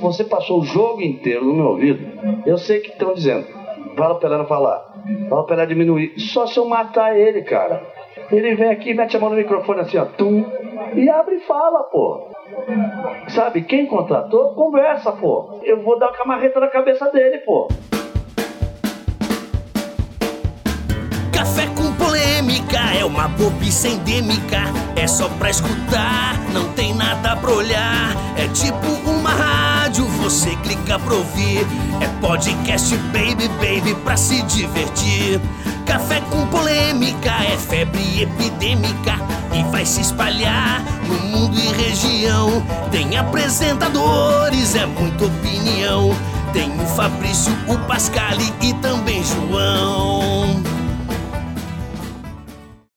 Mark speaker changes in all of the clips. Speaker 1: Você passou o jogo inteiro no meu ouvido. Eu sei o que estão dizendo. Fala pra ela falar. Fala pra ela diminuir. Só se eu matar ele, cara. Ele vem aqui, mete a mão no microfone assim, ó, tum, e abre e fala, pô. Sabe, quem contratou, conversa, pô. Eu vou dar uma camarreta na cabeça dele, pô.
Speaker 2: Café com polêmica é uma bobice endêmica. É só pra escutar, não tem nada pra olhar. É tipo uma rádio, você clica pra ouvir. É podcast, baby, baby, pra se divertir. Café com polêmica é febre epidêmica e vai se espalhar no mundo e região. Tem apresentadores, é muita opinião. Tem o Fabrício, o Pascal e também João.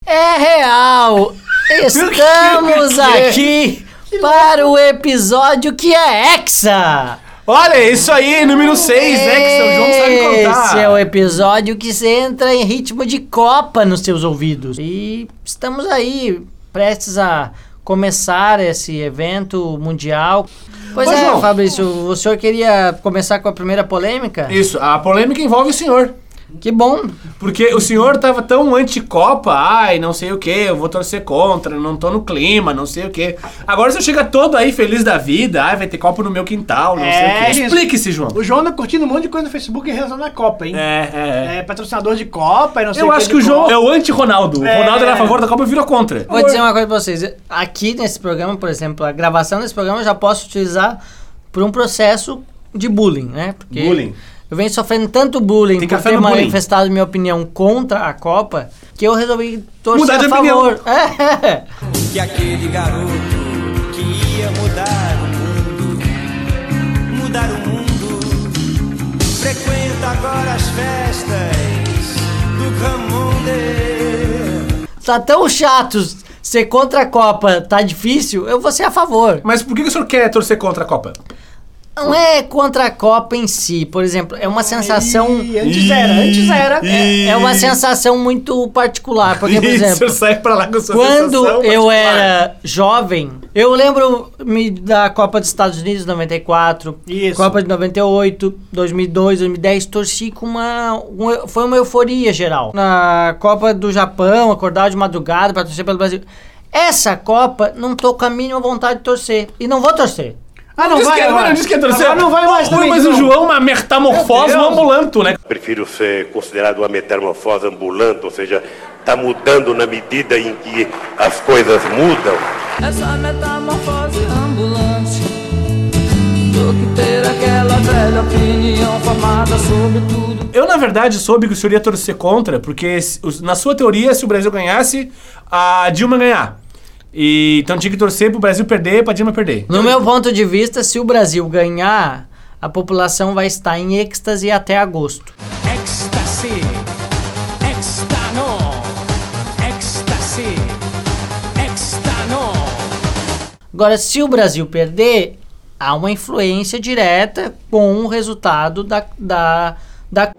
Speaker 3: É real! Estamos
Speaker 4: é?
Speaker 3: aqui para o episódio que é Hexa!
Speaker 4: Olha, é isso aí, número 6, né? Que seu João sabe contar.
Speaker 3: Esse é o episódio que você entra em ritmo de Copa nos seus ouvidos. E estamos aí, prestes a começar esse evento mundial. Pois
Speaker 4: Ô,
Speaker 3: é,
Speaker 4: João.
Speaker 3: Fabrício, o senhor queria começar com a primeira polêmica?
Speaker 4: Isso, a polêmica envolve o senhor.
Speaker 3: Que bom!
Speaker 4: Porque o senhor tava tão anti-Copa, ai, não sei o que, eu vou torcer contra, não tô no clima, não sei o que. Agora o senhor chega todo aí feliz da vida, ai, vai ter Copa no meu quintal, não
Speaker 5: É,
Speaker 4: sei o quê.
Speaker 5: gente.
Speaker 4: Explique-se, João.
Speaker 5: O João anda curtindo um monte de coisa no Facebook em relação à Copa, hein?
Speaker 4: É, é, é.
Speaker 5: É, patrocinador de Copa e não sei
Speaker 4: Eu
Speaker 5: o
Speaker 4: acho
Speaker 5: de
Speaker 4: que o João
Speaker 5: Copa.
Speaker 4: é o anti-Ronaldo. O
Speaker 5: É.
Speaker 4: Ronaldo era a favor da Copa e virou contra.
Speaker 3: Vou dizer uma coisa pra vocês. Aqui nesse programa, por exemplo, a gravação desse programa eu já posso utilizar por um processo de bullying, né? Porque
Speaker 4: Bullying.
Speaker 3: Eu venho sofrendo tanto bullying
Speaker 4: Tem
Speaker 3: por
Speaker 4: café
Speaker 3: ter
Speaker 4: no bullying.
Speaker 3: manifestado minha opinião contra a Copa que eu resolvi torcer
Speaker 4: Mudar de
Speaker 3: a favor. É.
Speaker 6: que aquele garoto que ia mudar o mundo, mudar o mundo, frequenta agora as festas do Camonde.
Speaker 3: Tá tão chato ser contra a Copa, tá difícil, eu vou ser a favor.
Speaker 4: Mas por que que o senhor quer torcer contra a Copa?
Speaker 3: Não é contra a Copa em si, por exemplo, é uma sensação.
Speaker 5: Ih, antes era, antes era.
Speaker 3: É, é uma sensação muito particular. Porque, por
Speaker 4: Ih, o
Speaker 3: exemplo,
Speaker 4: senhor sai pra lá com sua
Speaker 3: Quando
Speaker 4: sensação
Speaker 3: eu
Speaker 4: particular.
Speaker 3: era jovem, eu lembro me da Copa dos Estados Unidos 94,
Speaker 5: Isso.
Speaker 3: Copa de 98, 2002, 2010, torci com uma, um- foi uma euforia geral. Na Copa do Japão, acordava de madrugada pra torcer pelo Brasil. Essa Copa não tô com a mínima vontade de torcer e não vou torcer.
Speaker 5: Ah, não
Speaker 4: Diz
Speaker 5: vai
Speaker 4: que,
Speaker 5: agora.
Speaker 4: Mano, diz que é torcer.
Speaker 5: Agora não vai mais
Speaker 4: Ui,
Speaker 5: também,
Speaker 4: mas o
Speaker 5: não.
Speaker 4: João é uma metamorfose
Speaker 5: Meu Deus.
Speaker 4: ambulanto, né?
Speaker 7: prefiro ser considerado uma metamorfose ambulante, ou seja, está mudando na medida em que as coisas mudam.
Speaker 8: Essa metamorfose ambulante Do que ter aquela velha opinião formada sobre tudo
Speaker 4: Eu, na verdade, soube que o senhor ia torcer contra, porque se- os- na sua teoria, se o Brasil ganhasse, a Dilma ia ganhar. E, então tinha que torcer pro Brasil perder, pra Dilma perder.
Speaker 5: Ah,
Speaker 3: No meu ponto de vista, se o Brasil ganhar, a população vai estar em êxtase até agosto.
Speaker 6: Ecstasy, extano, ecstasy, extano.
Speaker 3: Agora, se o Brasil perder, há uma influência direta com o resultado da. da, da...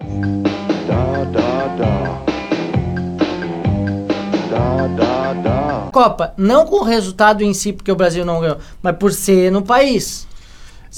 Speaker 3: Copa, não com o resultado em si, porque o Brasil não ganhou, mas por ser no país.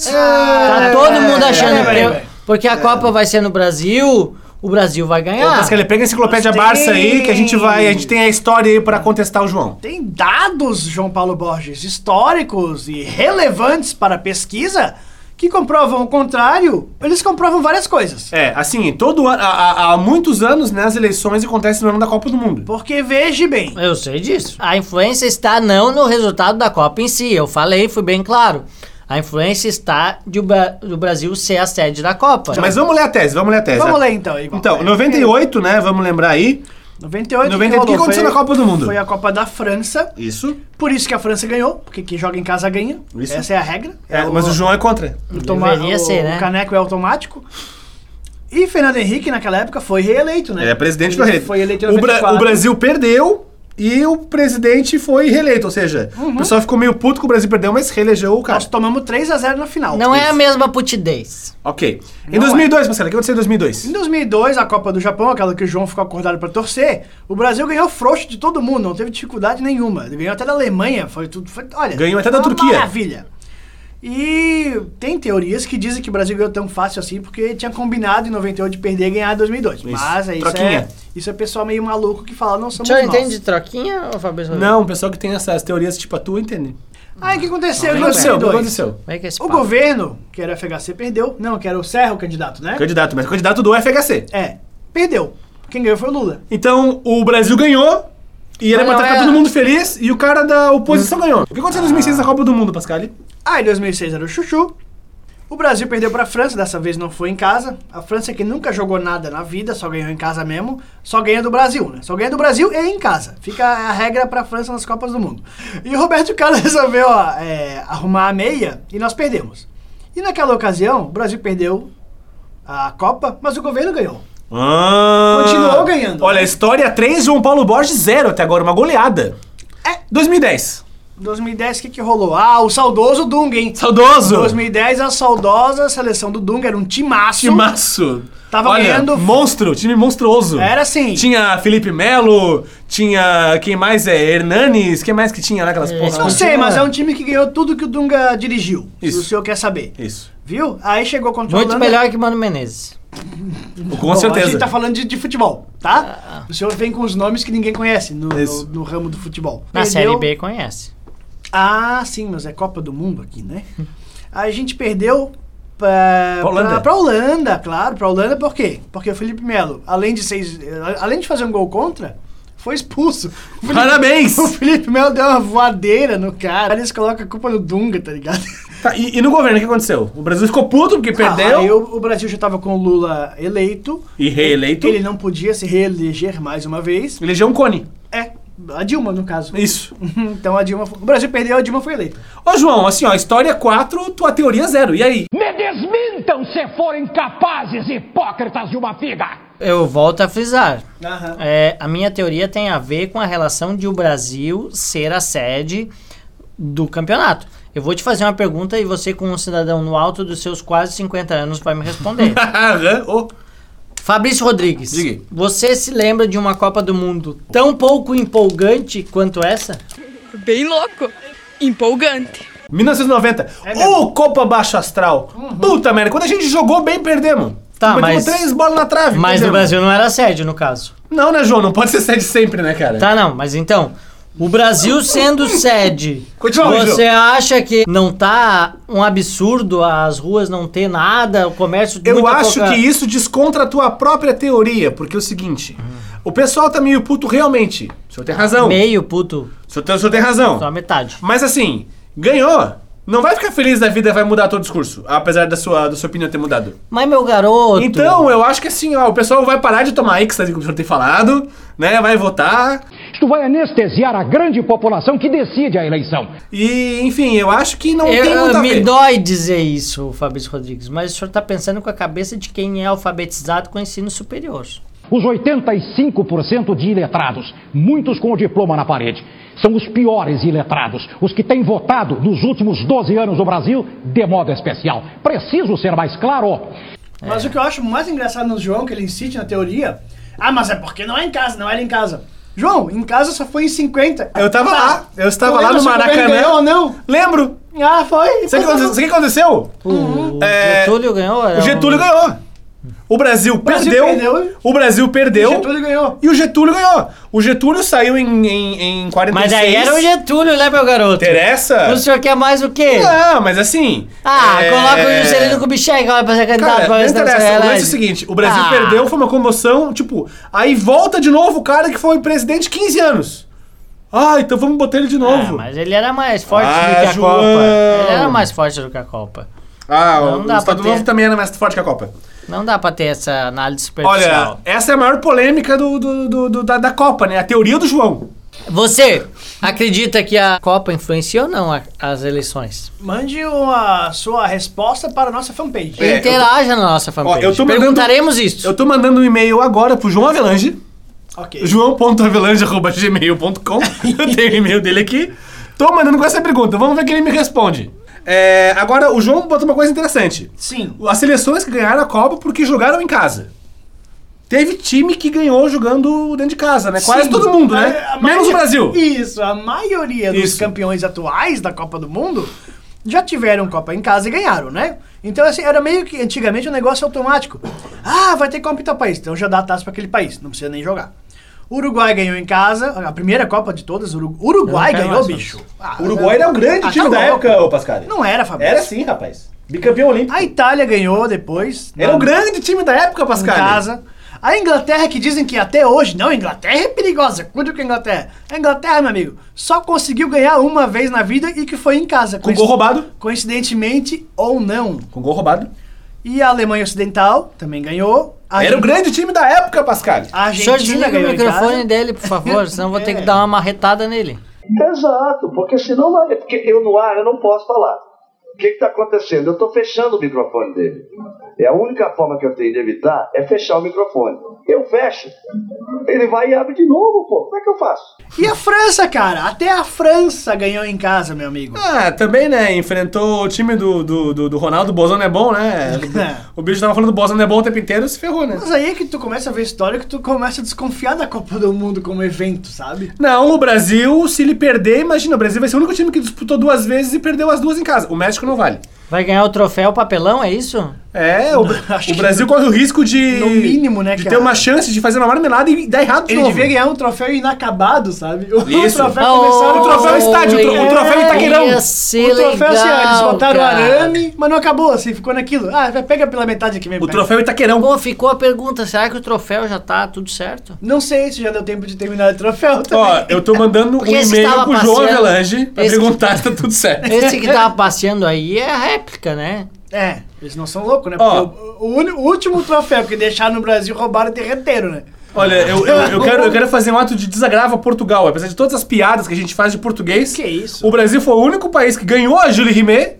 Speaker 3: tá todo mundo achando
Speaker 5: é,
Speaker 3: que eu-
Speaker 5: é.
Speaker 3: porque a Copa vai ser no Brasil, o Brasil vai ganhar.
Speaker 4: Mas que ele Então, pega a enciclopédia
Speaker 5: Mas
Speaker 4: Barça aí,
Speaker 5: tem-
Speaker 4: que a gente vai. A gente tem a história aí pra contestar o João.
Speaker 5: Tem dados, João Paulo Borges, históricos e relevantes para a pesquisa que comprovam o contrário. Eles comprovam várias coisas.
Speaker 4: É, assim, todo ano. Há, há- há muitos anos, né, as eleições acontecem no ano da Copa do Mundo.
Speaker 5: Porque veja bem,
Speaker 3: Eu sei disso. A influência está não no resultado da Copa em si. Eu falei, fui bem claro. A influência está de o Bra- do Brasil ser a sede da Copa.
Speaker 4: Mas vamos ler a tese, vamos ler a tese.
Speaker 5: vamos ler então. Igor.
Speaker 4: É, Então, 98, né? Vamos lembrar aí.
Speaker 5: 98.
Speaker 4: 98, o que
Speaker 5: rolou?
Speaker 4: aconteceu
Speaker 5: Foi-
Speaker 4: na Copa do Mundo?
Speaker 5: Foi a Copa da França.
Speaker 4: Isso.
Speaker 5: Por isso que a França ganhou, porque quem joga em casa ganha.
Speaker 4: Isso.
Speaker 5: Essa é a regra.
Speaker 4: É, mas o João é contra.
Speaker 5: Toma-
Speaker 3: Deveria
Speaker 5: o,
Speaker 3: ser, né?
Speaker 5: o caneco é automático. E Fernando Henrique, naquela época, foi reeleito, né?
Speaker 4: Ele é presidente
Speaker 5: Ele
Speaker 4: do reeleito.
Speaker 5: Foi eleito em
Speaker 4: o, Bra-
Speaker 5: 94.
Speaker 4: o Brasil perdeu e o presidente foi reeleito. Ou seja,
Speaker 5: Uhum.
Speaker 4: o pessoal ficou meio puto que o Brasil perdeu, mas reelegeu o cara.
Speaker 5: Nós tomamos 3x0 na final.
Speaker 3: Não é a mesma putidez.
Speaker 5: Ah,
Speaker 4: Ok.
Speaker 5: é.
Speaker 4: Em 2002, Marcelo, o que aconteceu em 2002?
Speaker 5: Em 2002, a Copa do Japão, aquela que o João ficou acordado pra torcer, o Brasil ganhou frouxo de todo mundo, não teve dificuldade nenhuma. Ele ganhou até da Alemanha, foi tudo. foi- olha,
Speaker 4: Ganhou até da
Speaker 5: foi uma
Speaker 4: Turquia.
Speaker 5: Maravilha. E tem teorias que dizem que o Brasil ganhou tão fácil assim porque tinha combinado em 98 de perder e ganhar em 2002. Mas é isso é,
Speaker 4: Troquinha.
Speaker 5: isso é pessoal meio maluco que fala, não
Speaker 3: O
Speaker 5: somos
Speaker 3: senhor
Speaker 5: nós.
Speaker 3: entende de troquinha, ô Fabrício? Rodrigues?
Speaker 4: Não, o pessoal que tem essas teorias tipo a tua entende.
Speaker 5: Aí o que aconteceu
Speaker 4: O
Speaker 5: em
Speaker 4: que aconteceu? O que
Speaker 5: 2002?
Speaker 4: aconteceu?
Speaker 3: Como é que é esse
Speaker 5: O
Speaker 3: papo?
Speaker 5: governo, que era o FHC, perdeu. Não, que era o Serra o candidato, né?
Speaker 4: É Candidato, mas candidato do FHC.
Speaker 5: É, perdeu. Quem ganhou foi o Lula.
Speaker 4: Então, o Brasil ganhou e era
Speaker 3: Mas
Speaker 4: pra
Speaker 3: não
Speaker 4: estar
Speaker 3: é-
Speaker 4: todo mundo feliz e o cara da oposição ganhou. O que aconteceu em 2006 na Copa do Mundo, Pascal?
Speaker 5: Aí em 2006 era o Chuchu. O Brasil perdeu pra França, dessa vez não foi em casa. A França é que nunca jogou nada na vida, só ganhou em casa mesmo, só ganha do Brasil, né? Só ganha do Brasil e em casa. Fica a regra pra França nas Copas do Mundo. E o Roberto Carlos resolveu ó, é, arrumar a meia e nós perdemos. E naquela ocasião, o Brasil perdeu a Copa, mas o governo ganhou.
Speaker 4: Ah,
Speaker 5: Continuou ganhando.
Speaker 4: Olha, história 3, João Paulo Borges, zero até agora, uma goleada.
Speaker 5: É.
Speaker 4: 2010.
Speaker 5: Em 2010, o que, que rolou? Ah, o saudoso Dunga, hein?
Speaker 4: Saudoso.
Speaker 5: 2010, a saudosa seleção do Dunga era um timaço.
Speaker 4: Timaço.
Speaker 5: Tava
Speaker 4: Olha,
Speaker 5: ganhando-
Speaker 4: Monstro, time monstruoso.
Speaker 5: Era assim.
Speaker 4: Tinha Felipe Melo, tinha. Quem mais é? Hernanes, quem mais que tinha lá aquelas porra?
Speaker 5: Não
Speaker 4: lá?
Speaker 5: sei, mas é um time que ganhou tudo que o Dunga dirigiu.
Speaker 4: Isso.
Speaker 5: Se o senhor quer saber.
Speaker 4: Isso.
Speaker 5: Viu? Aí chegou contra a
Speaker 3: Muito
Speaker 5: Holanda.
Speaker 3: melhor que Mano Menezes.
Speaker 4: Com
Speaker 5: Bom, A
Speaker 4: certeza.
Speaker 5: gente tá falando de, de futebol,
Speaker 3: Ah,
Speaker 5: tá? O senhor vem com os nomes que ninguém conhece no, no,
Speaker 4: Isso.
Speaker 5: no ramo do futebol.
Speaker 3: Na
Speaker 5: Perdeu-
Speaker 3: Série B conhece.
Speaker 5: Ah, sim, mas é Copa do Mundo aqui, né? Aí a gente perdeu pra,
Speaker 4: Pra Holanda.
Speaker 5: pra- pra Holanda, claro. Pra Holanda por quê? Porque o Felipe Melo, além de, seis, além de fazer um gol contra, foi expulso. O Felipe-
Speaker 4: Parabéns!
Speaker 5: O Felipe Melo deu uma voadeira no cara. Aí Eles colocam a culpa no Dunga, tá ligado?
Speaker 4: Tá, e, e no governo, o que aconteceu? O Brasil ficou puto porque
Speaker 5: Ah, aí
Speaker 4: perdeu
Speaker 5: o, o Brasil já tava com o Lula eleito.
Speaker 4: e reeleito.
Speaker 5: Ele não podia se reeleger mais uma vez.
Speaker 4: Elegeu um cone.
Speaker 5: É, a Dilma, no caso.
Speaker 4: Isso.
Speaker 5: então a Dilma. foi- O Brasil perdeu, a Dilma foi eleita.
Speaker 4: Ô, João, assim, ó, história 4, tua teoria é zero. E aí?
Speaker 9: Me desmintam se forem capazes, hipócritas de uma figa!
Speaker 3: Eu volto a frisar.
Speaker 5: Aham.
Speaker 3: É, a minha teoria tem a ver com a relação de o Brasil ser a sede do campeonato. Eu vou te fazer uma pergunta e você, como um cidadão no alto dos seus quase 50 anos, vai me responder.
Speaker 4: Aham, ô.
Speaker 3: Fabrício Rodrigues,
Speaker 4: Diga.
Speaker 3: você se lembra de uma Copa do Mundo tão pouco empolgante quanto essa?
Speaker 10: Bem louco. Empolgante.
Speaker 4: 1990.
Speaker 5: É
Speaker 4: Ô, Copa Baixo Astral.
Speaker 5: Uhum.
Speaker 4: Puta merda, quando a gente jogou bem, perdemos.
Speaker 3: Tá, mas-
Speaker 4: Metemos três bolas na trave.
Speaker 3: Mas no
Speaker 4: perdemos.
Speaker 3: Brasil não era sede, no caso.
Speaker 4: Não, né, João? Não pode ser sede sempre, né, cara?
Speaker 3: Tá, não, mas então, o Brasil sendo sede,
Speaker 4: Continua,
Speaker 3: você acha que não tá um absurdo as ruas não ter nada, o comércio de
Speaker 4: Eu
Speaker 3: muita
Speaker 4: acho
Speaker 3: pouca-
Speaker 4: que isso descontra a tua própria teoria, porque é o seguinte. O pessoal tá meio puto realmente. O senhor tem razão.
Speaker 3: Meio puto,
Speaker 4: O, senhor tem, o senhor tem razão.
Speaker 3: só metade.
Speaker 4: Mas assim, ganhou. Não vai ficar feliz da vida e vai mudar teu discurso, apesar da sua, da sua opinião ter mudado.
Speaker 3: Mas meu garoto.
Speaker 4: Então, eu acho que assim, ó, o pessoal vai parar de tomar êxtase, como o senhor tem falado, né? Vai votar.
Speaker 9: Isto vai anestesiar a grande população que decide a eleição.
Speaker 4: E, enfim, eu acho que não tem
Speaker 3: Eu,
Speaker 4: muita
Speaker 3: me
Speaker 4: ver.
Speaker 3: dói dizer isso, Fabrício Rodrigues, mas o senhor tá pensando com a cabeça de quem é alfabetizado com ensino superior.
Speaker 9: Os 85% de iletrados, muitos com o diploma na parede, são os piores iletrados, os que têm votado nos últimos 12 anos no Brasil de modo especial. Preciso ser mais claro.
Speaker 5: Mas o que eu acho mais engraçado no João, que ele insiste na teoria. Ah, mas é porque não é em casa, não era em casa. João, em casa só foi em 50.
Speaker 4: Eu tava
Speaker 5: Tá.
Speaker 4: lá, eu estava
Speaker 5: Não
Speaker 4: lá
Speaker 5: lembro
Speaker 4: no
Speaker 5: se o governo
Speaker 4: Maracanã.
Speaker 5: ganhou ou não?
Speaker 4: Lembro.
Speaker 5: Ah, foi.
Speaker 4: Sabe o que aconte- sabe o que aconteceu?
Speaker 3: O, o
Speaker 4: É,
Speaker 3: Getúlio ganhou? era
Speaker 4: O Getúlio
Speaker 3: um-
Speaker 4: ganhou. O Brasil,
Speaker 5: Brasil
Speaker 4: perdeu,
Speaker 5: perdeu.
Speaker 4: O Brasil perdeu.
Speaker 5: Getúlio ganhou.
Speaker 4: E o Getúlio ganhou. O Getúlio saiu em, em, em 46.
Speaker 3: Mas aí era o Getúlio, né, meu garoto?
Speaker 4: é Interessa?
Speaker 3: O senhor quer mais o quê?
Speaker 4: Não, mas assim.
Speaker 3: Ah,
Speaker 4: é-
Speaker 3: coloca o Juscelino Kubitschek agora pra ser candidato.
Speaker 4: Cara,
Speaker 3: pra
Speaker 4: não
Speaker 3: ver se dá
Speaker 4: interessa.
Speaker 3: certo.
Speaker 4: O lance é o seguinte: o Brasil
Speaker 3: Ah.
Speaker 4: perdeu, foi uma comoção. Tipo, aí volta de novo o cara que foi presidente 15 anos. Ah, então vamos botar ele de
Speaker 3: Ah,
Speaker 4: novo.
Speaker 3: mas ele era mais forte
Speaker 4: Ah,
Speaker 3: do que a
Speaker 4: João.
Speaker 3: Copa. Ele era mais forte do que a Copa.
Speaker 4: Ah,
Speaker 3: Não
Speaker 4: o
Speaker 3: dá
Speaker 4: Estado
Speaker 3: pra ter.
Speaker 4: Novo também era mais forte que a Copa.
Speaker 3: Não dá pra ter essa análise superficial.
Speaker 4: Olha, essa é a maior polêmica do, do- do- do- da, da Copa, né? A teoria do João.
Speaker 3: Você acredita que a Copa influencia ou não a- as eleições?
Speaker 5: Mande uma sua resposta para a nossa fanpage.
Speaker 4: É, eu tô-
Speaker 3: Interaja na nossa fanpage.
Speaker 4: eu tô mandando-
Speaker 3: Perguntaremos isso.
Speaker 4: Eu tô mandando um e-mail agora pro João Avelange,
Speaker 5: Ok.
Speaker 4: joão.avelange.gmail.com. Eu tenho o e-mail dele aqui. Tô mandando com essa pergunta, vamos ver quem ele me responde. É, agora, o João botou uma coisa interessante.
Speaker 5: Sim.
Speaker 4: As seleções que ganharam a Copa porque jogaram em casa. Teve time que ganhou jogando dentro de casa, né? Quase
Speaker 5: Sim. É,
Speaker 4: todo mundo, né?
Speaker 5: A- a
Speaker 4: Menos o
Speaker 5: maioria-
Speaker 4: Brasil.
Speaker 5: Isso, a maioria dos
Speaker 4: Isso.
Speaker 5: campeões atuais da Copa do Mundo já tiveram Copa em casa e ganharam, né? Então, assim, era meio que antigamente um negócio automático. Ah, vai ter Copa em tal país, então já dá a taça para aquele país, não precisa nem jogar. Uruguai ganhou em casa, a primeira Copa de todas, Uru- Uruguai
Speaker 4: Eu não quero
Speaker 5: ganhou,
Speaker 4: mais,
Speaker 5: bicho. Ah,
Speaker 11: Uruguai era um grande
Speaker 5: Ah,
Speaker 11: time
Speaker 5: tá
Speaker 11: da
Speaker 5: louco.
Speaker 11: época, ô Pascal.
Speaker 5: Não é, era, Fabrício.
Speaker 11: Era sim, rapaz. Bicampeão olímpico.
Speaker 5: A Itália ganhou depois.
Speaker 11: Era um o
Speaker 5: na-
Speaker 11: grande time da época,
Speaker 5: em
Speaker 11: Pascal.
Speaker 5: casa. A Inglaterra, que dizem que até hoje, não, a Inglaterra é perigosa, cuide com a Inglaterra. A Inglaterra, meu amigo, só conseguiu ganhar uma vez na vida e que foi em casa.
Speaker 11: Com gol roubado.
Speaker 5: Coincidentemente ou não.
Speaker 11: Com gol roubado.
Speaker 5: E a Alemanha Ocidental também ganhou. A
Speaker 11: Era o
Speaker 5: Argen-
Speaker 11: grande time da época, Pascal.
Speaker 5: A
Speaker 3: Deixa eu
Speaker 5: Argentina
Speaker 3: desligar
Speaker 5: ganhou
Speaker 3: o
Speaker 5: em casa.
Speaker 3: microfone dele, por favor, senão eu vou ter
Speaker 4: É.
Speaker 3: que dar uma marretada nele.
Speaker 1: Exato, porque senão vai. Porque eu no ar eu não posso falar. O que está acontecendo? Eu estou fechando o microfone dele. É a única forma que eu tenho de evitar é fechar o microfone. Eu fecho. Ele vai e abre de novo, pô. Como é que eu faço?
Speaker 5: E a França, cara, até a França ganhou em casa, meu amigo.
Speaker 4: Ah, também, né? Enfrentou o time do, do, do, do Ronaldo, o Bozano é bom, né? O bicho tava falando do Bozano é bom o tempo inteiro e se ferrou, né?
Speaker 5: Mas aí é que tu começa a ver história que tu começa a desconfiar da Copa do Mundo como evento, sabe?
Speaker 4: Não, o Brasil, se ele perder, imagina, o Brasil vai ser o único time que disputou duas vezes e perdeu as duas em casa. O México não vale.
Speaker 3: Vai ganhar o troféu papelão, é isso?
Speaker 4: É, o,
Speaker 5: acho
Speaker 4: o
Speaker 5: que
Speaker 4: Brasil corre o risco de.
Speaker 5: No mínimo, né,
Speaker 4: De
Speaker 5: cara?
Speaker 4: ter uma chance de fazer uma marmelada e dar Tá errado de
Speaker 5: Ele
Speaker 4: novo.
Speaker 5: devia ganhar um troféu inacabado, sabe? O
Speaker 4: Isso.
Speaker 5: troféu é
Speaker 3: Ah,
Speaker 5: começaram
Speaker 4: o troféu estádio, o tro- o troféu Itaquerão.
Speaker 3: Ia ser
Speaker 5: é O troféu, assim, ó, eles
Speaker 3: legal,
Speaker 5: botaram o
Speaker 3: cara.
Speaker 5: arame, mas não acabou, assim, ficou naquilo. Ah, vai, pega pela metade aqui mesmo.
Speaker 4: O
Speaker 5: pega.
Speaker 4: troféu Itaquerão.
Speaker 3: Pô, ficou a pergunta, será que o troféu já tá tudo certo?
Speaker 5: Não sei se já deu tempo de terminar o troféu
Speaker 4: Ó,
Speaker 5: também.
Speaker 4: eu tô mandando um
Speaker 3: Porque esse
Speaker 4: e-mail
Speaker 3: tava
Speaker 4: pro João
Speaker 3: passeando.
Speaker 4: Avelange pra
Speaker 3: Esse-
Speaker 4: perguntar se tá tudo certo.
Speaker 3: Esse que tava passeando aí é a réplica, né?
Speaker 5: É, eles não são loucos, né?
Speaker 4: Ó.
Speaker 5: Porque o, o uni- o último troféu que deixaram no Brasil roubaram e derreteram, né?
Speaker 4: Olha, eu, eu, eu quero, eu quero fazer um ato de desagravo a Portugal. Apesar de todas as piadas que a gente faz de português,
Speaker 5: Que isso?
Speaker 4: o Brasil foi o único país que ganhou a Julie Rimet,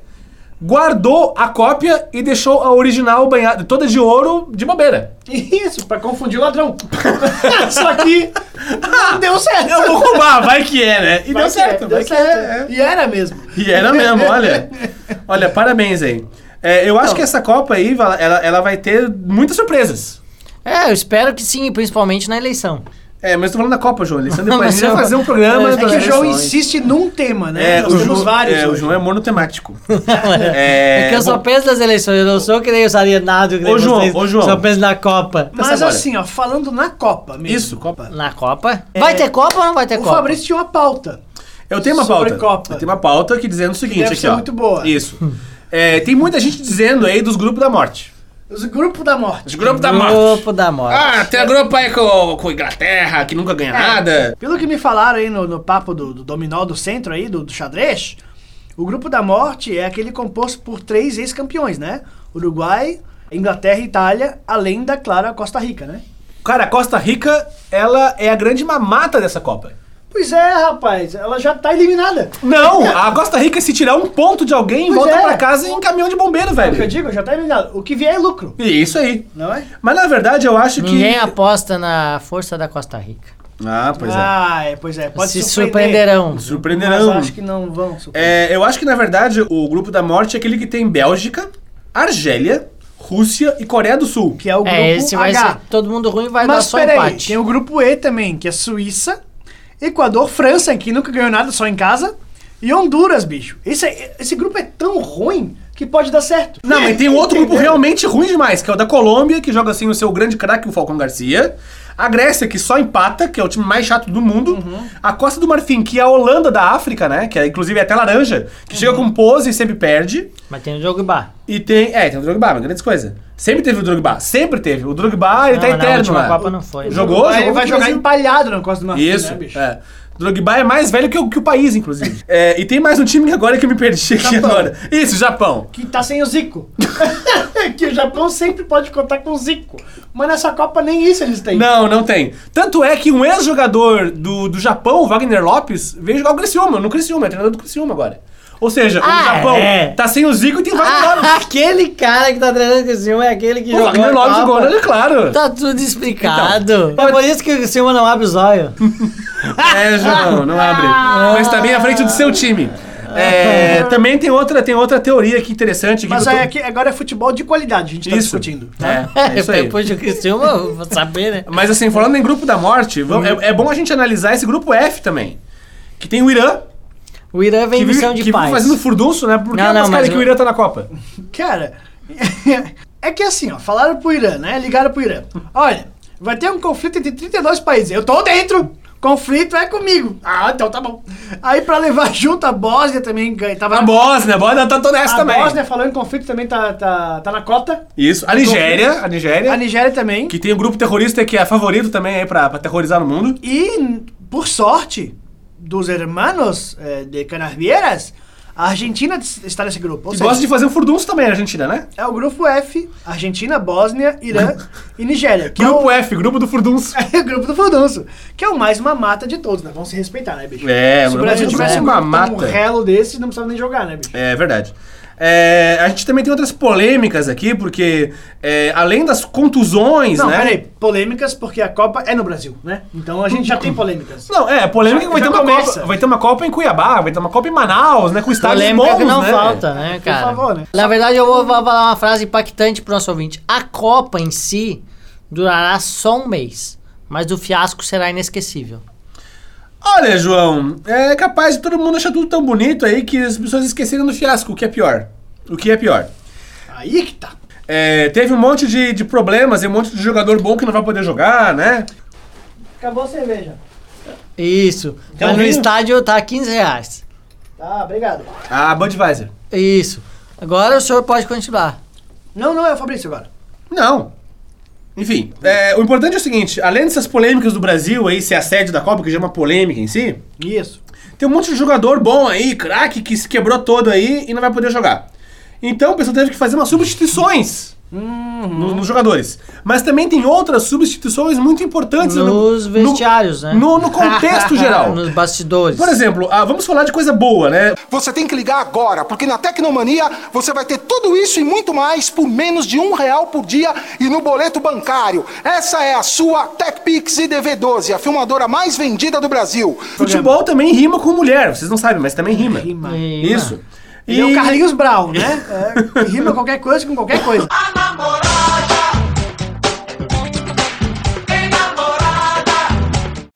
Speaker 4: guardou a cópia e deixou a original banhada, toda de ouro, de bobeira.
Speaker 5: Isso, pra confundir o ladrão. Só que não deu certo.
Speaker 4: Eu vou roubar, vai que é, né? E
Speaker 5: Vai
Speaker 4: deu
Speaker 5: que é,
Speaker 4: certo,
Speaker 5: deu
Speaker 4: vai que
Speaker 5: certo.
Speaker 4: é.
Speaker 5: E era mesmo.
Speaker 4: é. E era mesmo, olha. Olha, parabéns aí. É, eu acho que essa Copa aí, ela, ela- ela vai ter muitas surpresas.
Speaker 3: É, eu espero que sim, principalmente na eleição.
Speaker 4: É, mas eu tô falando da Copa, João. Eles depois a
Speaker 3: Mas
Speaker 4: gente vai
Speaker 3: eu-
Speaker 4: fazer um programa.
Speaker 5: É que o
Speaker 4: das
Speaker 5: João
Speaker 4: eleições.
Speaker 5: insiste num tema, né?
Speaker 4: É,
Speaker 5: Nós
Speaker 4: o
Speaker 5: temos
Speaker 4: João,
Speaker 5: vários.
Speaker 4: é, o
Speaker 5: hoje.
Speaker 4: João é monotemático.
Speaker 3: É,
Speaker 4: é,
Speaker 3: que eu só
Speaker 4: bom,
Speaker 3: penso nas eleições, eu não sou que nem o Sarianado. que nem
Speaker 4: Ô, João,
Speaker 3: vocês,
Speaker 4: ô, João.
Speaker 3: Só penso na Copa.
Speaker 5: Mas
Speaker 4: Pensa agora.
Speaker 5: assim, ó, falando na Copa mesmo.
Speaker 4: é Isso, Copa.
Speaker 3: Na Copa?
Speaker 4: É.
Speaker 3: Vai ter Copa ou não vai ter
Speaker 5: O
Speaker 3: É Copa?
Speaker 5: Fabrício tinha uma pauta.
Speaker 4: Eu tenho uma
Speaker 5: Sobre
Speaker 4: pauta.
Speaker 5: Copa.
Speaker 4: Eu tenho uma pauta que dizendo o seguinte
Speaker 5: deve
Speaker 4: aqui,
Speaker 5: ser
Speaker 4: ó.
Speaker 5: muito boa.
Speaker 4: Isso. É, tem muita gente dizendo aí dos grupos da morte.
Speaker 5: Os grupos da morte.
Speaker 4: Os grupos da morte.
Speaker 3: Grupo da morte.
Speaker 4: Ah, tem a grupo aí com, com Inglaterra, que nunca ganha nada.
Speaker 5: Pelo que me falaram aí no, no papo do, do dominó do centro aí, do, do xadrez, o grupo da morte é aquele composto por três ex-campeões, né? Uruguai, Inglaterra e Itália, além da, claro, a Costa Rica, né?
Speaker 4: Cara, a Costa Rica, ela é a grande mamata dessa Copa.
Speaker 5: Pois é, rapaz, ela já tá eliminada.
Speaker 4: Não, a Costa Rica, se tirar um ponto de alguém,
Speaker 5: Pois
Speaker 4: volta
Speaker 5: é.
Speaker 4: pra casa em caminhão de bombeiro,
Speaker 5: É o que eu
Speaker 4: velho.
Speaker 5: digo, já tá eliminada. O que vier é lucro,
Speaker 4: E Isso aí.
Speaker 5: não é?
Speaker 4: Mas na verdade, eu acho que.
Speaker 3: Ninguém aposta na força da Costa Rica.
Speaker 4: Ah, pois é.
Speaker 5: ah, é. pois é, pode
Speaker 3: Se
Speaker 5: surpreender.
Speaker 3: surpreenderão.
Speaker 4: Surpreenderão.
Speaker 5: Mas acho que não vão surpreender.
Speaker 4: É, eu acho que, na verdade, o grupo da morte é aquele que tem Bélgica, Argélia, Rússia e Coreia do Sul.
Speaker 5: Que é o grupo
Speaker 3: É, esse vai
Speaker 5: H.
Speaker 3: ser todo mundo ruim vai dar
Speaker 5: Mas
Speaker 3: só
Speaker 5: peraí,
Speaker 3: empate.
Speaker 4: um-
Speaker 5: tem o grupo E também, que é Suíça, Equador, França, que nunca ganhou nada só em casa, e Honduras, bicho. Esse, é- esse grupo é tão ruim que pode dar certo.
Speaker 4: Não, mas tem um outro grupo realmente ruim demais, que é o da Colômbia, que joga assim o seu grande craque, o Falcão Garcia. A Grécia, que só empata, que é o time mais chato do mundo.
Speaker 3: Uhum.
Speaker 4: A Costa do Marfim, que é a Holanda da África, né? Que é, inclusive é até laranja, que chega
Speaker 3: Uhum.
Speaker 4: com pose e sempre perde.
Speaker 3: Mas tem o jogo bar.
Speaker 4: E tem. É, tem o Drogba, mas grandes coisas. Sempre teve o Drogba, sempre teve. O Drogba, ele
Speaker 3: Não,
Speaker 4: tá
Speaker 3: mas na
Speaker 4: eterno
Speaker 3: última
Speaker 4: lá.
Speaker 3: Copa não foi, né?
Speaker 4: Jogou,
Speaker 5: Vai-
Speaker 4: jogou
Speaker 5: vai
Speaker 4: com o
Speaker 5: jogar
Speaker 4: Brasil.
Speaker 5: empalhado na Costa do Marfim,
Speaker 4: Isso.
Speaker 5: né, bicho?
Speaker 4: é. Drogba é mais velho que o, que o país, inclusive. É, e tem mais um time que agora que eu me perdi aqui
Speaker 5: Japão.
Speaker 4: agora. Isso, Japão.
Speaker 5: Que tá sem o Zico. que o Japão sempre pode contar com o Zico. Mas nessa Copa nem isso eles têm.
Speaker 4: Não, não tem. Tanto é que um ex-jogador do, do Japão, Wagner Lopes, veio jogar o Criciúma, no Criciúma, é treinador do Criciúma agora. Ou seja,
Speaker 3: Ah,
Speaker 4: o Japão
Speaker 3: é. Ah.
Speaker 4: tá sem o Zico e tem o Wagner Lopes.
Speaker 3: aquele cara que tá treinando com o Silma é aquele que
Speaker 4: O Wagner Lopes jogou, né? Então, claro.
Speaker 3: Tá tudo explicado. é por isso que o Silma não abre os olhos. Tá.
Speaker 4: É, João, não abre.
Speaker 3: Ah.
Speaker 4: Mas tá bem à frente do seu time. É, também tem outra, tem outra teoria aqui interessante.
Speaker 5: Mas
Speaker 4: que eu tô-
Speaker 5: aí aqui- agora é futebol de qualidade, a gente tá
Speaker 4: Isso.
Speaker 5: discutindo.
Speaker 4: É, é isso aí.
Speaker 3: Depois do que o Silma, eu vou saber, né?
Speaker 4: Mas assim, falando em Uhum. grupo da morte, vamos- é, é bom a gente analisar esse grupo F também. Que tem o Irã,
Speaker 3: O Irã vem
Speaker 4: que
Speaker 3: em missão de
Speaker 4: que
Speaker 3: paz.
Speaker 4: fazendo furdunço, né? Por que
Speaker 3: Não, não,
Speaker 4: Pascal
Speaker 3: mas
Speaker 4: é que
Speaker 3: eu-
Speaker 4: o Irã tá na Copa?
Speaker 5: Cara, é que assim, ó, falaram pro Irã, né? Ligaram pro Irã. Olha, vai ter um conflito entre 32 países. Eu tô dentro! Conflito é comigo. Ah, então tá bom. Aí pra levar junto a Bósnia também ganha. Tava
Speaker 4: A Bósnia, a Bósnia tá toda nessa
Speaker 5: a
Speaker 4: também.
Speaker 5: Bósnia falou em conflito também, tá, tá, tá na cota.
Speaker 4: Isso. A Nigéria, a Nigéria.
Speaker 5: A Nigéria também.
Speaker 4: Que tem o grupo terrorista que é favorito também aí pra, pra terrorizar no mundo.
Speaker 5: E, por sorte, dos hermanos eh, de Canarvieiras, a Argentina está nesse grupo. Ou
Speaker 4: Que
Speaker 5: seja,
Speaker 4: gosta de fazer o furdunço também, a Argentina, né?
Speaker 5: É o grupo F, Argentina, Bósnia, Irã e Nigéria. Que
Speaker 4: grupo
Speaker 5: é o,
Speaker 4: F, grupo do furdunço.
Speaker 5: É o grupo do Furdunço, que é o mais mamata de todos, né? Vamos se respeitar, né, bicho?
Speaker 4: É,
Speaker 5: Se o
Speaker 4: mano,
Speaker 5: Brasil
Speaker 4: mas
Speaker 5: tivesse
Speaker 4: é
Speaker 5: um,
Speaker 4: mamata.
Speaker 5: um relo desse, não precisava nem jogar, né, bicho?
Speaker 4: É verdade. É, a gente também tem outras polêmicas aqui, porque é, além das contusões,
Speaker 5: Não,
Speaker 4: né?
Speaker 5: peraí, polêmicas, porque a Copa é no Brasil, né? Então a gente já tem polêmicas.
Speaker 4: Não, é, polêmica
Speaker 5: Já-
Speaker 4: que vai
Speaker 5: já
Speaker 4: ter, uma
Speaker 5: começa.
Speaker 4: Copa, vai ter uma Copa em Cuiabá, vai ter uma Copa em Manaus, né? Com estádios
Speaker 3: Polêmica
Speaker 4: novos,
Speaker 3: que não
Speaker 4: né?
Speaker 3: falta, né, cara?
Speaker 5: favor, né?
Speaker 3: Na verdade, eu vou falar uma frase impactante pro nosso ouvinte. A Copa em si durará só um mês, mas o fiasco será inesquecível.
Speaker 4: Olha, João, é capaz de todo mundo achar tudo tão bonito aí que as pessoas esqueceram do fiasco, o que é pior. O que é pior.
Speaker 5: Aí que tá.
Speaker 4: É, teve um monte de, de problemas e um monte de jogador bom que não vai poder jogar, né?
Speaker 5: Acabou a cerveja.
Speaker 3: Isso.
Speaker 4: Quer um
Speaker 3: mas no
Speaker 4: vinho?
Speaker 3: estádio tá 15 reais.
Speaker 5: Tá, obrigado.
Speaker 4: Ah, Budweiser.
Speaker 3: Isso. Agora o senhor pode continuar.
Speaker 5: Não, não é o Fabrício agora.
Speaker 4: Não. Enfim, é, o importante é o seguinte, além dessas polêmicas do Brasil aí, ser a sede da Copa, que já é uma polêmica em si,
Speaker 5: Isso.
Speaker 4: tem um monte de jogador bom aí, craque, que se quebrou todo aí e não vai poder jogar. Então o pessoal teve que fazer umas substituições
Speaker 3: Uhum.
Speaker 4: no- nos jogadores. Mas também tem outras substituições muito importantes
Speaker 3: Nos
Speaker 4: no-
Speaker 3: vestiários, né?
Speaker 4: no, no contexto geral.
Speaker 3: Nos bastidores.
Speaker 4: Por exemplo, ah, vamos falar de coisa boa, né?
Speaker 12: Você tem que ligar agora, porque na Tecnomania você vai ter tudo isso e muito mais por menos de um real por dia e no boleto bancário. Essa é a sua TechPix IDV12, a filmadora mais vendida do Brasil.
Speaker 4: Futebol também rima com mulher, vocês não sabem, mas também rima.
Speaker 5: Rima.
Speaker 4: Isso.
Speaker 5: E é o Carlinhos Brown, né? É, que rima qualquer coisa com qualquer coisa.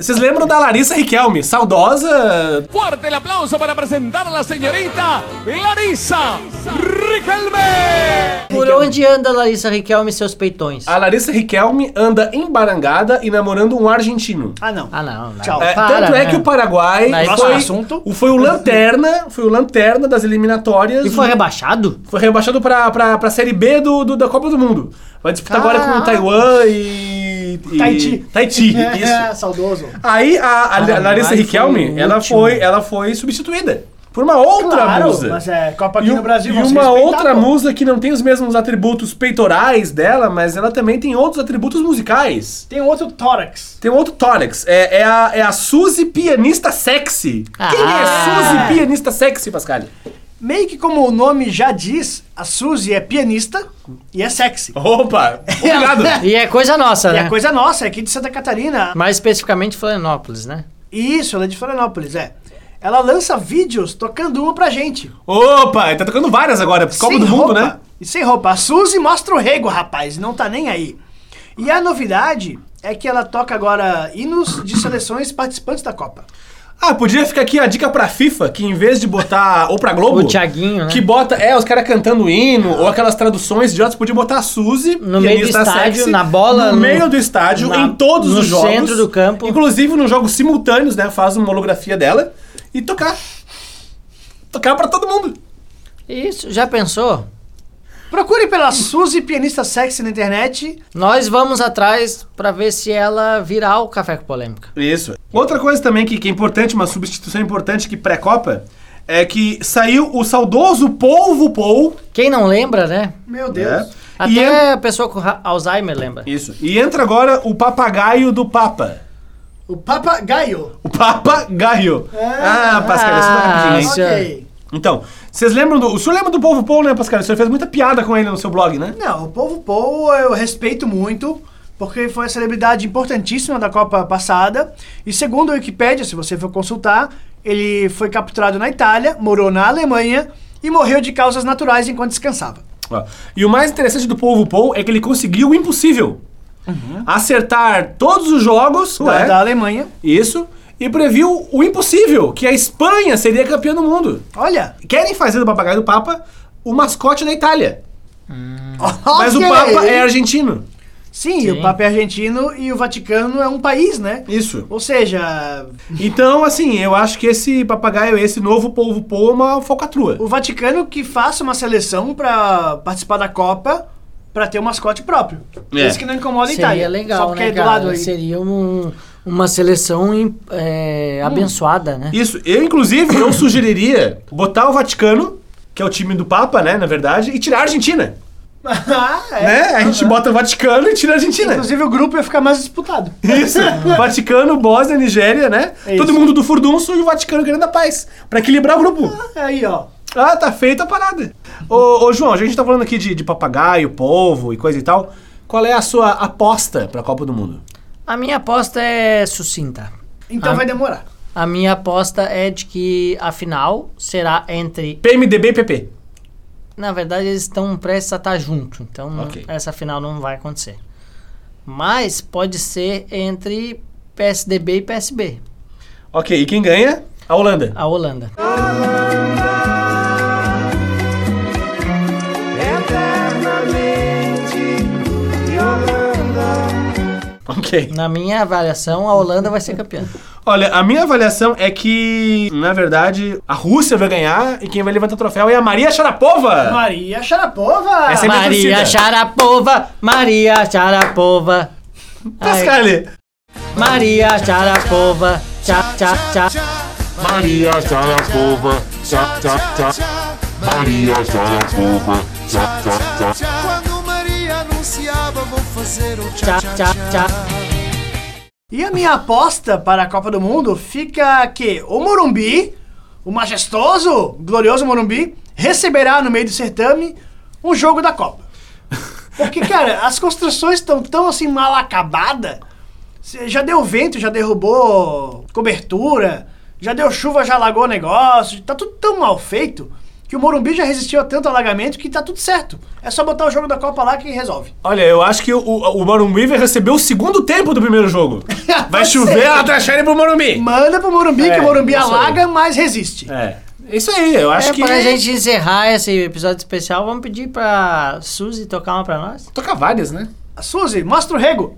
Speaker 4: Vocês lembram da Larissa Riquelme, saudosa
Speaker 6: Fuerte el aplauso para presentar a la señorita Larissa Riquelme.
Speaker 3: Por onde anda Larissa Riquelme e seus peitões?
Speaker 4: A Larissa Riquelme anda embarangada e namorando um argentino.
Speaker 5: Ah, não.
Speaker 3: Ah, não. não.
Speaker 5: Tchau.
Speaker 4: É,
Speaker 3: para,
Speaker 4: tanto é
Speaker 3: né?
Speaker 4: que o Paraguai
Speaker 3: Daí
Speaker 5: Próximo
Speaker 4: foi,
Speaker 5: assunto.
Speaker 4: o- foi o lanterna, foi o lanterna das eliminatórias.
Speaker 3: E foi rebaixado?
Speaker 4: Foi rebaixado pra, pra, pra Série B do, do- da Copa do Mundo. Vai disputar agora com
Speaker 3: Caraca.
Speaker 4: Taiwan e... e-
Speaker 5: Ah. Tahiti.
Speaker 4: Tahiti,
Speaker 5: É,
Speaker 4: isso.
Speaker 5: saudoso.
Speaker 4: Aí a, a
Speaker 3: Paraguai
Speaker 4: Larissa
Speaker 3: foi
Speaker 4: Riquelme,
Speaker 3: o
Speaker 4: ela
Speaker 3: último.
Speaker 4: foi, ela foi substituída por uma outra
Speaker 5: Claro,
Speaker 4: musa.
Speaker 5: mas é Copa aqui
Speaker 4: E, um-
Speaker 5: no Brasil.
Speaker 4: e
Speaker 5: vão se
Speaker 4: uma
Speaker 5: respeitar,
Speaker 4: outra
Speaker 5: pô.
Speaker 4: musa que não tem os mesmos atributos peitorais dela, mas ela também tem outros atributos musicais.
Speaker 5: Tem outro tórax.
Speaker 4: Tem um outro tórax. É, é a, é a Suzy Pianista Sexy. Quem é
Speaker 3: Ah.
Speaker 4: Suzy Pianista Sexy, Pascal?
Speaker 5: Meio que como o nome já diz, a Suzy é pianista e é sexy.
Speaker 4: Opa! Obrigado!
Speaker 3: E é coisa nossa,
Speaker 5: E
Speaker 3: né?
Speaker 5: a coisa nossa, é aqui de Santa Catarina.
Speaker 3: Mais especificamente Florianópolis, né?
Speaker 5: Isso, ela é de Florianópolis, é. Ela lança vídeos tocando uma pra gente.
Speaker 4: Opa! Tá tocando várias agora. Copa
Speaker 5: Sem
Speaker 4: do Mundo,
Speaker 5: roupa.
Speaker 4: né?
Speaker 5: E sem roupa. A Suzy mostra o rego, rapaz, não tá nem aí. E a novidade é que ela toca agora hinos de seleções participantes da Copa.
Speaker 4: Ah, podia ficar aqui a dica pra FIFA, que em vez de botar. ou pra Globo.
Speaker 3: O Thiaguinho, né?
Speaker 4: Que bota. É, os caras cantando hino, ou aquelas traduções idiotas, podia botar a Suzy.
Speaker 3: No meio do
Speaker 4: pianista
Speaker 3: estádio, na bola,
Speaker 4: No,
Speaker 3: no-
Speaker 4: meio do estádio,
Speaker 3: na-
Speaker 4: em todos
Speaker 3: no
Speaker 4: os jogos.
Speaker 3: centro do campo.
Speaker 4: Inclusive nos jogos simultâneos, né? Faz uma holografia dela e tocar. Tocar pra todo mundo.
Speaker 3: Isso, já pensou?
Speaker 5: Procure pela Suzy Pianista Sexy na internet.
Speaker 3: Nós vamos atrás pra ver se ela virar o Café com Polêmica.
Speaker 4: Isso. Outra coisa também que, que é importante, uma substituição importante que pré-copa, é que saiu o saudoso Polvo Paul.
Speaker 3: Quem não lembra, né?
Speaker 5: Meu
Speaker 4: né?
Speaker 5: Deus.
Speaker 3: Até
Speaker 4: E en-
Speaker 3: a pessoa com ra- Alzheimer lembra.
Speaker 4: Isso. E entra agora o papagaio do Papa.
Speaker 5: O papagaio.
Speaker 4: O papagaio. Ah, Pascal, isso tá rapidinho, hein?
Speaker 3: isso.
Speaker 5: Ok.
Speaker 4: Então, vocês lembram do. O senhor lembra do Polvo Paul, né, Pascal? O senhor fez muita piada com ele no seu blog, né?
Speaker 5: Não, o povo Paul eu respeito muito, porque foi a celebridade importantíssima da Copa passada. E segundo a Wikipédia, se você for consultar, ele foi capturado na Itália, morou na Alemanha e morreu de causas naturais enquanto descansava.
Speaker 4: Ó, E o mais interessante do Polvo Paul é que ele conseguiu o impossível. Acertar todos os jogos
Speaker 5: Da,
Speaker 4: né?
Speaker 5: da Alemanha.
Speaker 4: Isso. e previu o impossível, que a Espanha seria campeã do mundo.
Speaker 5: Olha!
Speaker 4: Querem fazer do papagaio do Papa o mascote da Itália. Mas o Papa é argentino.
Speaker 5: Sim, e o
Speaker 4: Sim.
Speaker 5: Papa é argentino e o Vaticano é um país, né?
Speaker 4: Isso.
Speaker 5: Ou seja.
Speaker 4: Então, assim, eu acho que esse papagaio, esse novo povo pô, é uma falcatrua.
Speaker 5: O Vaticano que faça uma seleção pra participar da Copa pra ter um mascote próprio.
Speaker 3: É.
Speaker 5: Isso que não incomoda a
Speaker 3: Seria
Speaker 5: Itália.
Speaker 3: legal,
Speaker 5: Só porque
Speaker 3: né,
Speaker 5: é do
Speaker 3: cara?
Speaker 5: lado aí.
Speaker 3: Seria um- uma seleção em-
Speaker 5: Hum.
Speaker 3: é, abençoada, né?
Speaker 4: Isso, eu inclusive eu sugeriria botar o Vaticano, que é o time do Papa, né, na verdade, e tirar a Argentina.
Speaker 5: ah, é.
Speaker 4: Né? A gente bota o Vaticano e tira a Argentina.
Speaker 5: Inclusive o grupo ia ficar mais disputado.
Speaker 4: Isso. Vaticano, Bósnia, Nigéria, né? Todo mundo do furdunço e o Vaticano querendo a paz. Pra equilibrar o grupo.
Speaker 5: aí, ó.
Speaker 4: Ah, tá feita a parada. Ô, ô, João, a gente tá falando aqui de, de papagaio, polvo e coisa e tal. Qual é a sua aposta pra Copa do Mundo?
Speaker 3: A minha aposta é sucinta.
Speaker 5: Então
Speaker 4: Ah.
Speaker 3: A-
Speaker 5: vai demorar.
Speaker 3: A minha aposta é de que a final será entre.
Speaker 4: PMDB e PP.
Speaker 3: Na verdade, eles estão prestes a estar junto, então não-
Speaker 4: Ok.
Speaker 3: essa final não vai acontecer. Mas pode ser entre PSDB e PSB.
Speaker 4: Ok, e quem ganha? A Holanda.
Speaker 3: A Holanda.
Speaker 4: Ah, Ok.
Speaker 3: Na minha avaliação, a Holanda vai ser campeã.
Speaker 4: Olha, a minha avaliação é que, na verdade, a Rússia vai ganhar e quem vai levantar o troféu é a Maria Sharapova.
Speaker 5: Maria Sharapova!
Speaker 4: Essa é a minha
Speaker 3: Maria
Speaker 4: torcida.
Speaker 3: Sharapova, Maria Sharapova.
Speaker 4: Tá Pascale.
Speaker 3: Maria Sharapova, tchá, tchá, tchá.
Speaker 13: Maria Sharapova, tchá, tchá, tchá. Maria Sharapova, tchá, tchá, tchá.
Speaker 14: Quando Maria anunciava, vou fazer um
Speaker 3: tchá, tchá, tchá.
Speaker 5: E a minha aposta para a Copa do Mundo fica que o Morumbi, o majestoso, glorioso Morumbi, receberá no meio do certame um jogo da Copa. Porque, cara, as construções estão tão assim mal acabadas. Cê- Já deu vento, já derrubou cobertura, já deu chuva, já alagou o negócio. Tá tudo tão mal feito que o Morumbi já resistiu a tanto alagamento que tá tudo certo. É só botar o jogo da Copa lá que resolve.
Speaker 4: Olha, eu acho que o, o Morumbi vai receber o segundo tempo do primeiro jogo. Vai chover, ela trachar pro Morumbi.
Speaker 5: Manda pro Morumbi,
Speaker 4: É,
Speaker 5: que o Morumbi
Speaker 4: isso aí.
Speaker 5: alaga, mas resiste.
Speaker 4: É. Isso aí, eu acho
Speaker 3: é,
Speaker 4: que.
Speaker 3: Pra gente encerrar esse episódio especial, vamos pedir pra Suzy tocar uma pra nós?
Speaker 4: Toca várias, né?
Speaker 5: Suzy, mostra o rego.